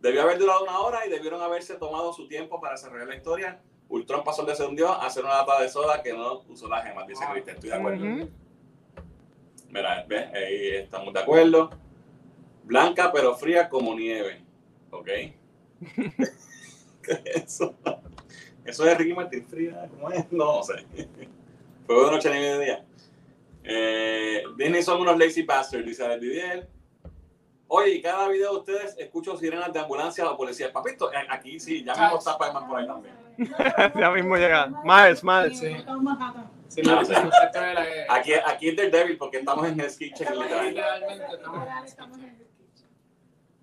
Debió haber durado una hora y debieron haberse tomado su tiempo para cerrar la historia. Ultron pasó de ser un dios a hacer una lata de soda que no usó las gemas, dice Cristian. Estoy de acuerdo.
Ujú.
Mira, ¿ves? Ahí estamos de acuerdo. Blanca pero fría como nieve. ¿Ok? ¿Qué es eso? Eso es Ricky Martin fría. ¿Cómo es? No, sé. Fue de noche ni de día. Eh, Disney son unos lazy bastards, dice Alex Didier. Oye, y cada video de ustedes escucho sirenas de ambulancias o policías. Papito, eh, aquí sí, ya mismo está Pac-Man por ahí también.
[laughs] Ya mismo llega. Miles, Miles.
Sí. estamos en Manhattan.
Sí, no,
[laughs] Ah,
sí,
sí.
no, esto era, eh,
Aquí, aquí es del débil porque estamos en el ski check
Estamos en
literal.
Literalmente, estamos-
Literal, estamos en el kitchen.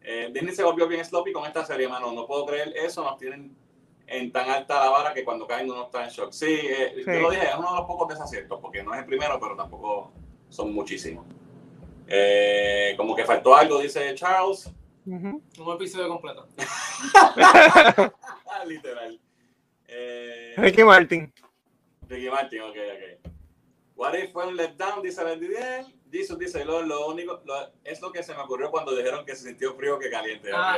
Eh, Disney se volvió bien sloppy con esta serie, mano. No puedo creer eso. Nos tienen en tan alta la vara que cuando caen uno está en shock. Sí, eh,
Sí.
yo lo dije, es uno de los pocos desaciertos, porque no es el primero, pero tampoco son muchísimos. Eh, como que faltó algo, dice Charles. [laughs]
Ujú.
un episodio completo.
Ah, literal. Eh,
Ricky Martin. [laughs]
Ricky Martin, ok, ok. What if fue un letdown, dice la Jesus dice, lo, lo único, lo- es lo que se me ocurrió cuando dijeron que se sintió frío que caliente.
Ah,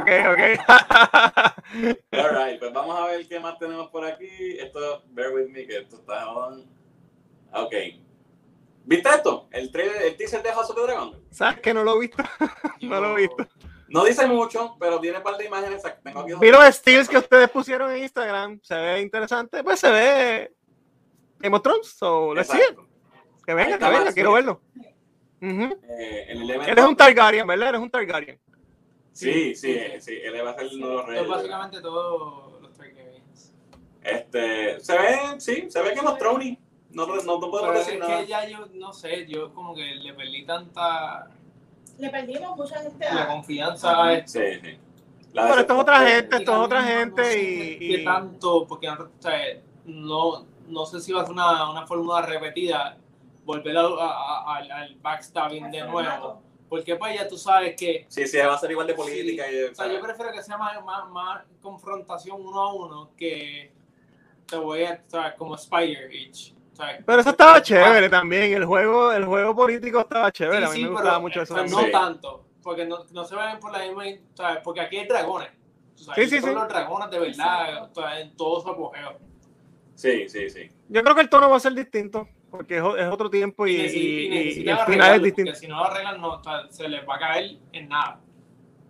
Ok, ok, ok.
ok, ok. [laughs]
All right, pues vamos a ver qué más tenemos por aquí. Esto, bear with me, que esto está on. Ok. ¿Viste esto? El, trailer, el teaser de House of the Dragon.
¿Sabes que no lo he visto? No lo he visto.
No dice mucho, pero tiene un par de imágenes. Tengo aquí dos.
Vi los steals que ustedes pusieron en Instagram. Se ve interesante. Pues se ve. Game of Thrones, so let's see it.
Exacto.
Que
Ahí
venga,
está
que venga,
Max,
quiero
sí.
verlo. Ujú.
Eh, el elemento-
Él es un Targaryen, ¿verdad? Él es un Targaryen.
Sí, sí, eh, sí. Él va a ser uno de los
Esto es
reyes.
Pues básicamente todos los Targaryens.
Este, se ve, sí, se ve que los Trony. No, no, no
Pero
podemos
Pues es
decir nada.
que ya yo, no sé, yo como que le perdí tanta
Le perdimos mucha gente
la
a...
confianza a este esto.
Sí, sí. La
Pero esto es otra
decepción.
gente. Esto es otra gente y-
¿Qué
y-
tanto? Porque o sea, no, no sé si va a ser una, una fórmula repetida, volver a- a- a- al, al backstabbing de nuevo. Porque pues ya tú sabes que
Sí, sí, va a ser igual de política.
Sí,
y,
O sea, yo prefiero que sea más, más, más confrontación uno a uno que te voy a estar como Spider Itch. O sea,
Pero eso estaba chévere también. El juego, el juego político estaba
sí,
chévere. A mí
sí,
me
pero,
gustaba mucho eso
o sea,
también.
No
Sí.
tanto, porque no, no se ven por la misma. o sea, Porque aquí hay dragones. O sea,
Sí,
aquí
sí,
son
sí.
los dragones de verdad o sea, en todo su apogeo.
sí, sí, sí.
Yo creo que el tono va a ser distinto. porque es, o- es otro tiempo y,
Y, neces- y
y- y
necesitan
el final es
arreglarlo,
distinto.
porque si no lo arreglan, no, está- se les va a caer en nada.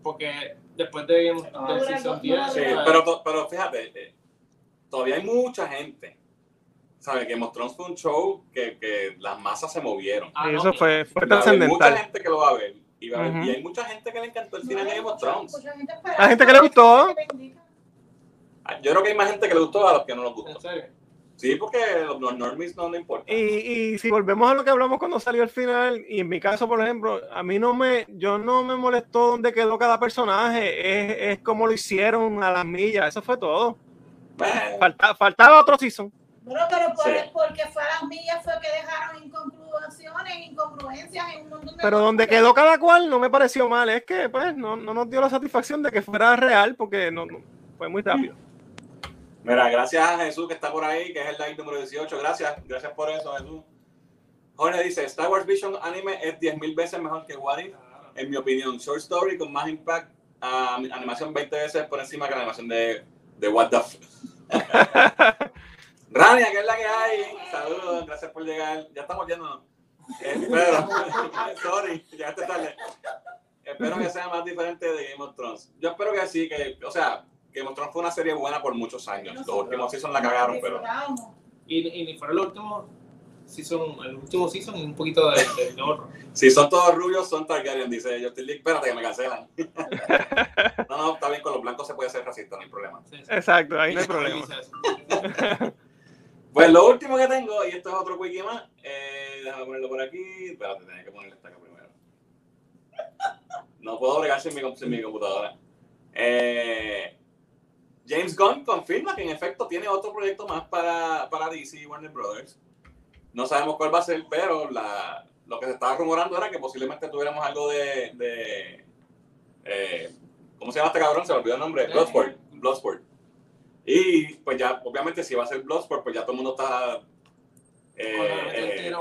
Porque después de,
va a
de
durar
Season
dos-
10,
no va a
Ah, Sí,
eh,
durar.
pero, to- pero fíjate, eh, todavía hay mucha gente. ¿Sabe? Que mostró fue un show que, que las masas se movieron.
ah,
Y
no,
eso fue, fue
Va a haber mucha
trascendental.
gente que lo va a ver. Y, va a ver-
Ujú.
y hay mucha gente que le encantó el
No,
final de
hay
Game of
mucha-
Thrones.
mucha gente esperando.
La gente que le gustó.
Que bendiga.
Ah, Yo creo que hay más gente que le gustó a los que no les
En
gustó.
serio.
Sí, porque los, los normies no le importa.
Y, y si volvemos a lo que hablamos cuando salió el final, y en mi caso, por ejemplo, a mí no me, yo no me molestó dónde quedó cada personaje, es, es como lo hicieron a las millas, eso fue todo.
Bueno,
Falta- faltaba otro season.
Bueno, pero por-
Sí.
porque fue a las millas fue que dejaron inconclusiones, incongruencias en un montón de
Pero
cosas
donde
que-
quedó cada cual no me pareció mal, es que pues no, no nos dio la satisfacción de que fuera real porque no, no- fue muy rápido.
Mira, gracias a Jesús que está por ahí, que es el like número 18. Gracias, gracias por eso, Jesús. Jorge dice, Star Wars Vision Anime es 10.000 veces mejor que What If, en mi opinión. Short Story con más impact, ah, animación 20 veces por encima que la animación de, de What the F. [laughs] Rania, que es la que hay. Saludos, gracias por llegar. Ya estamos yéndonos. Espero, [laughs] sorry, llegaste tarde. Espero que sea más diferente de Game of Thrones. Yo espero que sí, que, o sea, Game of Thrones fue una serie buena por muchos años. Los últimos seasons la cagaron, pero...
Disfrutamos.
Y, y ni fuera el último season, el último season y un poquito de, de, de horror.
Si son todos rubios, son Targaryen, dice Justin League. Espérate que me cancelan. no, no, está bien, con los blancos se puede ser racista, no hay problema.
Sí, sí.
[laughs] Exacto, ahí no hay problema.
Pues lo último que tengo, y esto es otro quickie más, eh, déjame ponerlo por aquí. Espérate, tenía que ponerle esta acá primero. No puedo bregar sin mi, com- sin mi computadora. Eh, James Gunn confirma que en efecto tiene otro proyecto más para, para DC y Warner Brothers. No sabemos cuál va a ser, pero la, lo que se estaba rumorando era que posiblemente tuviéramos algo de... de, eh, ¿Cómo se llama este cabrón? Se me olvidó el nombre. Bloodsport. Bloodsport. Y pues ya, obviamente, si va a ser Bloodsport, pues ya todo el mundo está eh, eh,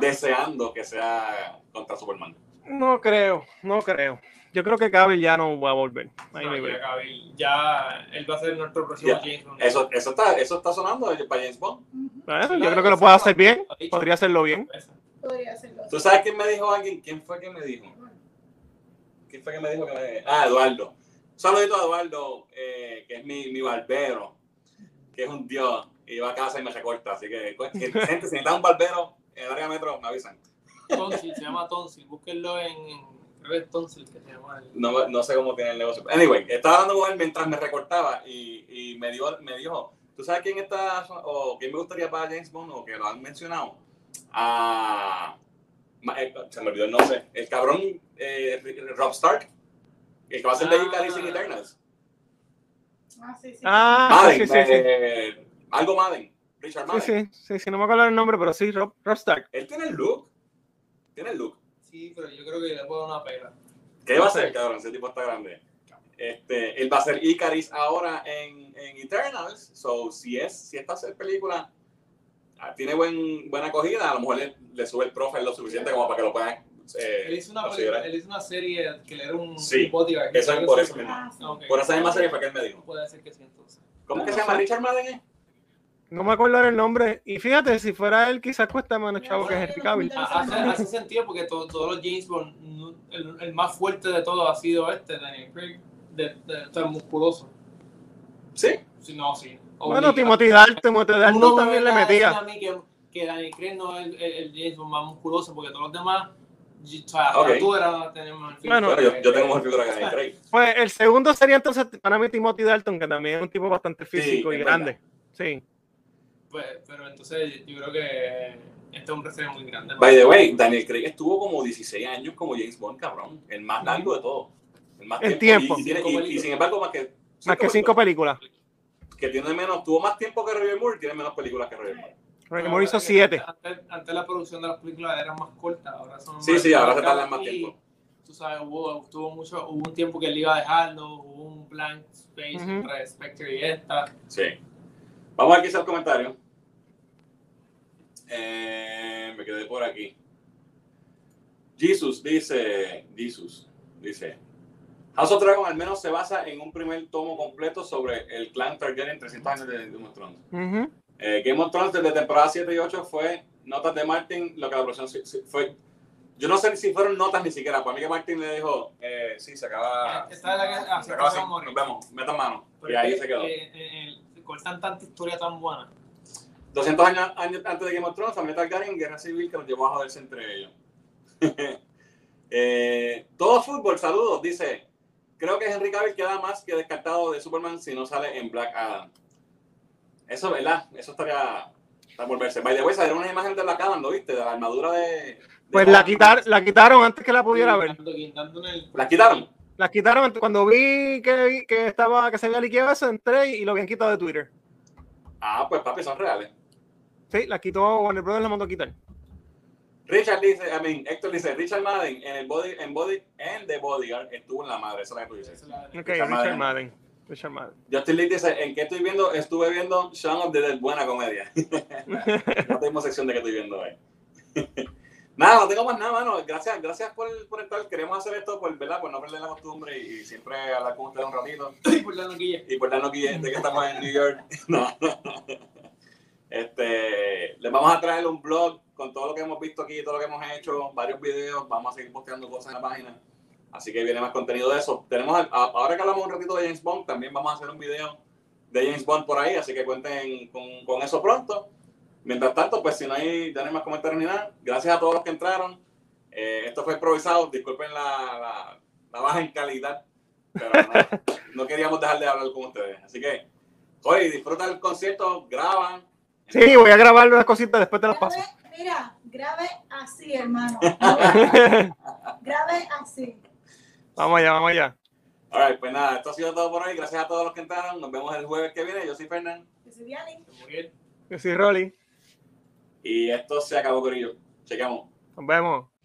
deseando que sea contra Superman.
No creo, no creo. Yo creo que Cavill ya no va a volver. Ahí no hay break.
ya él va a ser nuestro próximo
Ya,
James Bond.
Eso, eso, está, eso está sonando para James Bond.
Ujú.
Bueno, yo creo que lo puede hacer bien,
Lo dicho.
podría hacerlo bien.
Eso.
Podría hacerlo.
¿Tú sabes quién me dijo alguien? ¿Quién fue que me dijo? ¿Quién fue que me dijo que me... Ah, Eduardo. Un saludito a Eduardo, eh, que es mi, mi barbero, que es un dios, y va a casa y me recorta. Así que, pues, gente, si necesitan un barbero en el área metro, me avisan.
Tonsil, se llama Tonsil. Búsquenlo en. en- Creo que es Tonsil que se llama. el-
No, no sé cómo tiene el negocio. Anyway, estaba hablando con él mientras me recortaba y, y me, dio, me dijo, ¿tú sabes quién está o quién me gustaría para James Bond o que lo han mencionado? Ah, ma- eh, se me olvidó el nombre. El cabrón eh, Rob Stark, el que va a ser de
Ah.
Icarus en
[laughs]
Eternals.
Ah, sí, sí.
Ah, sí,
Madden,
sí, sí.
eh, algo Madden, Richard
Sí,
Madden.
sí, sí, sí, no me acuerdo el nombre, pero sí, Rob, Rob Stark.
Él tiene el look, tiene el look.
Sí, pero yo creo que le puedo dar una pela.
¿Qué va a ser, cabrón? Ese tipo está grande. Este, él va a ser Icaris ahora en, en Eternals. So, si es, si esta se- película ah, tiene buen, buena acogida, a lo mejor le, le sube el profe lo suficiente como para que lo puedan eh,
Él hizo, una
considerar.
película, él hizo una serie que le era un,
Sí,
un bodyguard.
eso es por eso mismo.
Ah, sí.
Ah, ok.
Por esa misma serie fue que él me dijo.
Puede ser que sí, entonces.
¿Cómo que
No
se llama
sé.
Richard Madden? eh?
No me acuerdo el nombre. Y fíjate, si fuera él, quizás cuesta menos chavo que Henry Cavill.
Ah, Hace, hace sentido porque to- todos los James Bond, no- el, el más fuerte de todos ha sido este, Daniel Craig, de, de, de- musculoso.
Sí.
Si no, sí.
Oh,
Bueno, Timothy Dalton, Timothy Dalton
Uno me
también le
va a decir
metía.
A mí que, que Daniel Craig no es el, el, el James Bond más musculoso porque todos los demás, y- o sea,
Ok.
la altura tenemos mejor físico.
Bueno,
Bueno, yo, yo tengo mejor figura que Daniel Craig.
Pues el segundo sería entonces para mí Timothy Dalton, que también es un tipo bastante físico
es
y grande. Sí.
Pues, pero entonces yo creo que este hombre sería muy grande. ¿no?
By the way, Daniel Craig estuvo como 16 años como James Bond, cabrón. El más largo de todos. El más
En tiempo.
Y, y tiene- y- y sin embargo, más que
Más que cinco películas.
que tiene menos, tuvo más tiempo que Roger Moore y tiene menos películas que Roger Moore.
Roger
Pero
Moore hizo
antes-
siete.
Antes, antes la producción de las películas era más corta, ahora son
Sí,
más-
sí, ahora se tardan más
y,
tiempo.
Tú sabes, hubo, tuvo mucho, hubo un tiempo que él iba a dejarlo, hubo un blank space
Ujú.
entre Spectre y esta.
Sí. Vamos a ver qué dice el comentario. Eh, me quedé por aquí. Jesus dice, Jesus dice, House of Dragon al menos se basa en un primer tomo completo sobre el clan Targaryen 300 años de Game of Thrones.
Ujú.
Eh, Game of Thrones desde temporada 7 y 8 fue notas de Martin, lo que la producción sí- sí fue. Yo no sé si fueron notas ni siquiera. Para mí que Martin le dijo, eh, sí, se acaba.
Esta es la que ah,
Se
se
acaba
acaba
así.
de
Nos
morir.
vemos. Metan mano.
Pero
Y ahí
es
se
que,
quedó.
eh, eh, eh, cortan tanta historia tan buena.
200 años, años antes de Game of Thrones, también Targaryen, guerra civil que nos llevó a joderse entre ellos. [laughs] Eh, todo fútbol, saludos, dice. Creo que Henry Cavill queda más que descartado de Superman si no sale en Black Adam. Eso, ¿verdad? Eso estaría para volverse. By the way, salieron unas imágenes de Black Adam, ¿lo viste? De la armadura de. de
Pues la,
Batman.
quitar, la quitaron antes que la pudiera ver.
Quintando- quintando en el-
¿La quitaron?
La quitaron antes- cuando vi que, que estaba que se había liqueado eso, entré y lo habían quitado de Twitter.
Ah, pues papi, son reales.
Sí, la quitó Warner Brothers, la mandó a quitar.
Richard dice, I mean, Héctor dice, Richard Madden en el body, en body, en The Bodyguard estuvo en la madre, esa es la que tú dices.
Esa es la de-
Ok,
Richard
Richard,
Madden.
Madden. Richard Madden.
Justin Lee dice, ¿en qué estoy viendo? Estuve viendo Shaun of the Dead, buena comedia. no tengo sección de qué estoy viendo hoy. [laughs] nada, no tengo más nada, mano. Gracias, gracias por, por estar. Queremos hacer esto por, ¿verdad? por no perder la costumbre y, y siempre hablar con ustedes un ratito.
[laughs] Por la noquilla.
Y pues por darnos guía de que estamos en New York. [laughs] no. Este, les vamos a traer un blog con todo lo que hemos visto aquí, todo lo que hemos hecho, varios videos. Vamos a seguir posteando cosas en la página. Así que viene más contenido de eso. Tenemos, al- a- ahora que hablamos un ratito de James Bond, también vamos a hacer un video de James Bond por ahí, así que cuenten con, con eso pronto. Mientras tanto, pues si no hay, ya no hay más comentarios ni nada, gracias a todos los que entraron. Eh, esto fue improvisado, disculpen la, la- la baja en calidad, pero no, no queríamos dejar de hablar con ustedes. Así que, Cory, disfruta el concierto, graban.
Sí, voy a grabar unas cositas después te las paso. [laughs]
Grave, mira, grave así, hermano. grave así.
Vamos allá, vamos allá.
All right, pues nada, esto ha sido todo por hoy. Gracias a todos los que entraron. Nos vemos el jueves que viene. Yo soy Fernán.
Que se viene.
Se murió.
Yo soy Rolly.
Y esto se acabó, Corillo. Chequeamos.
Nos vemos.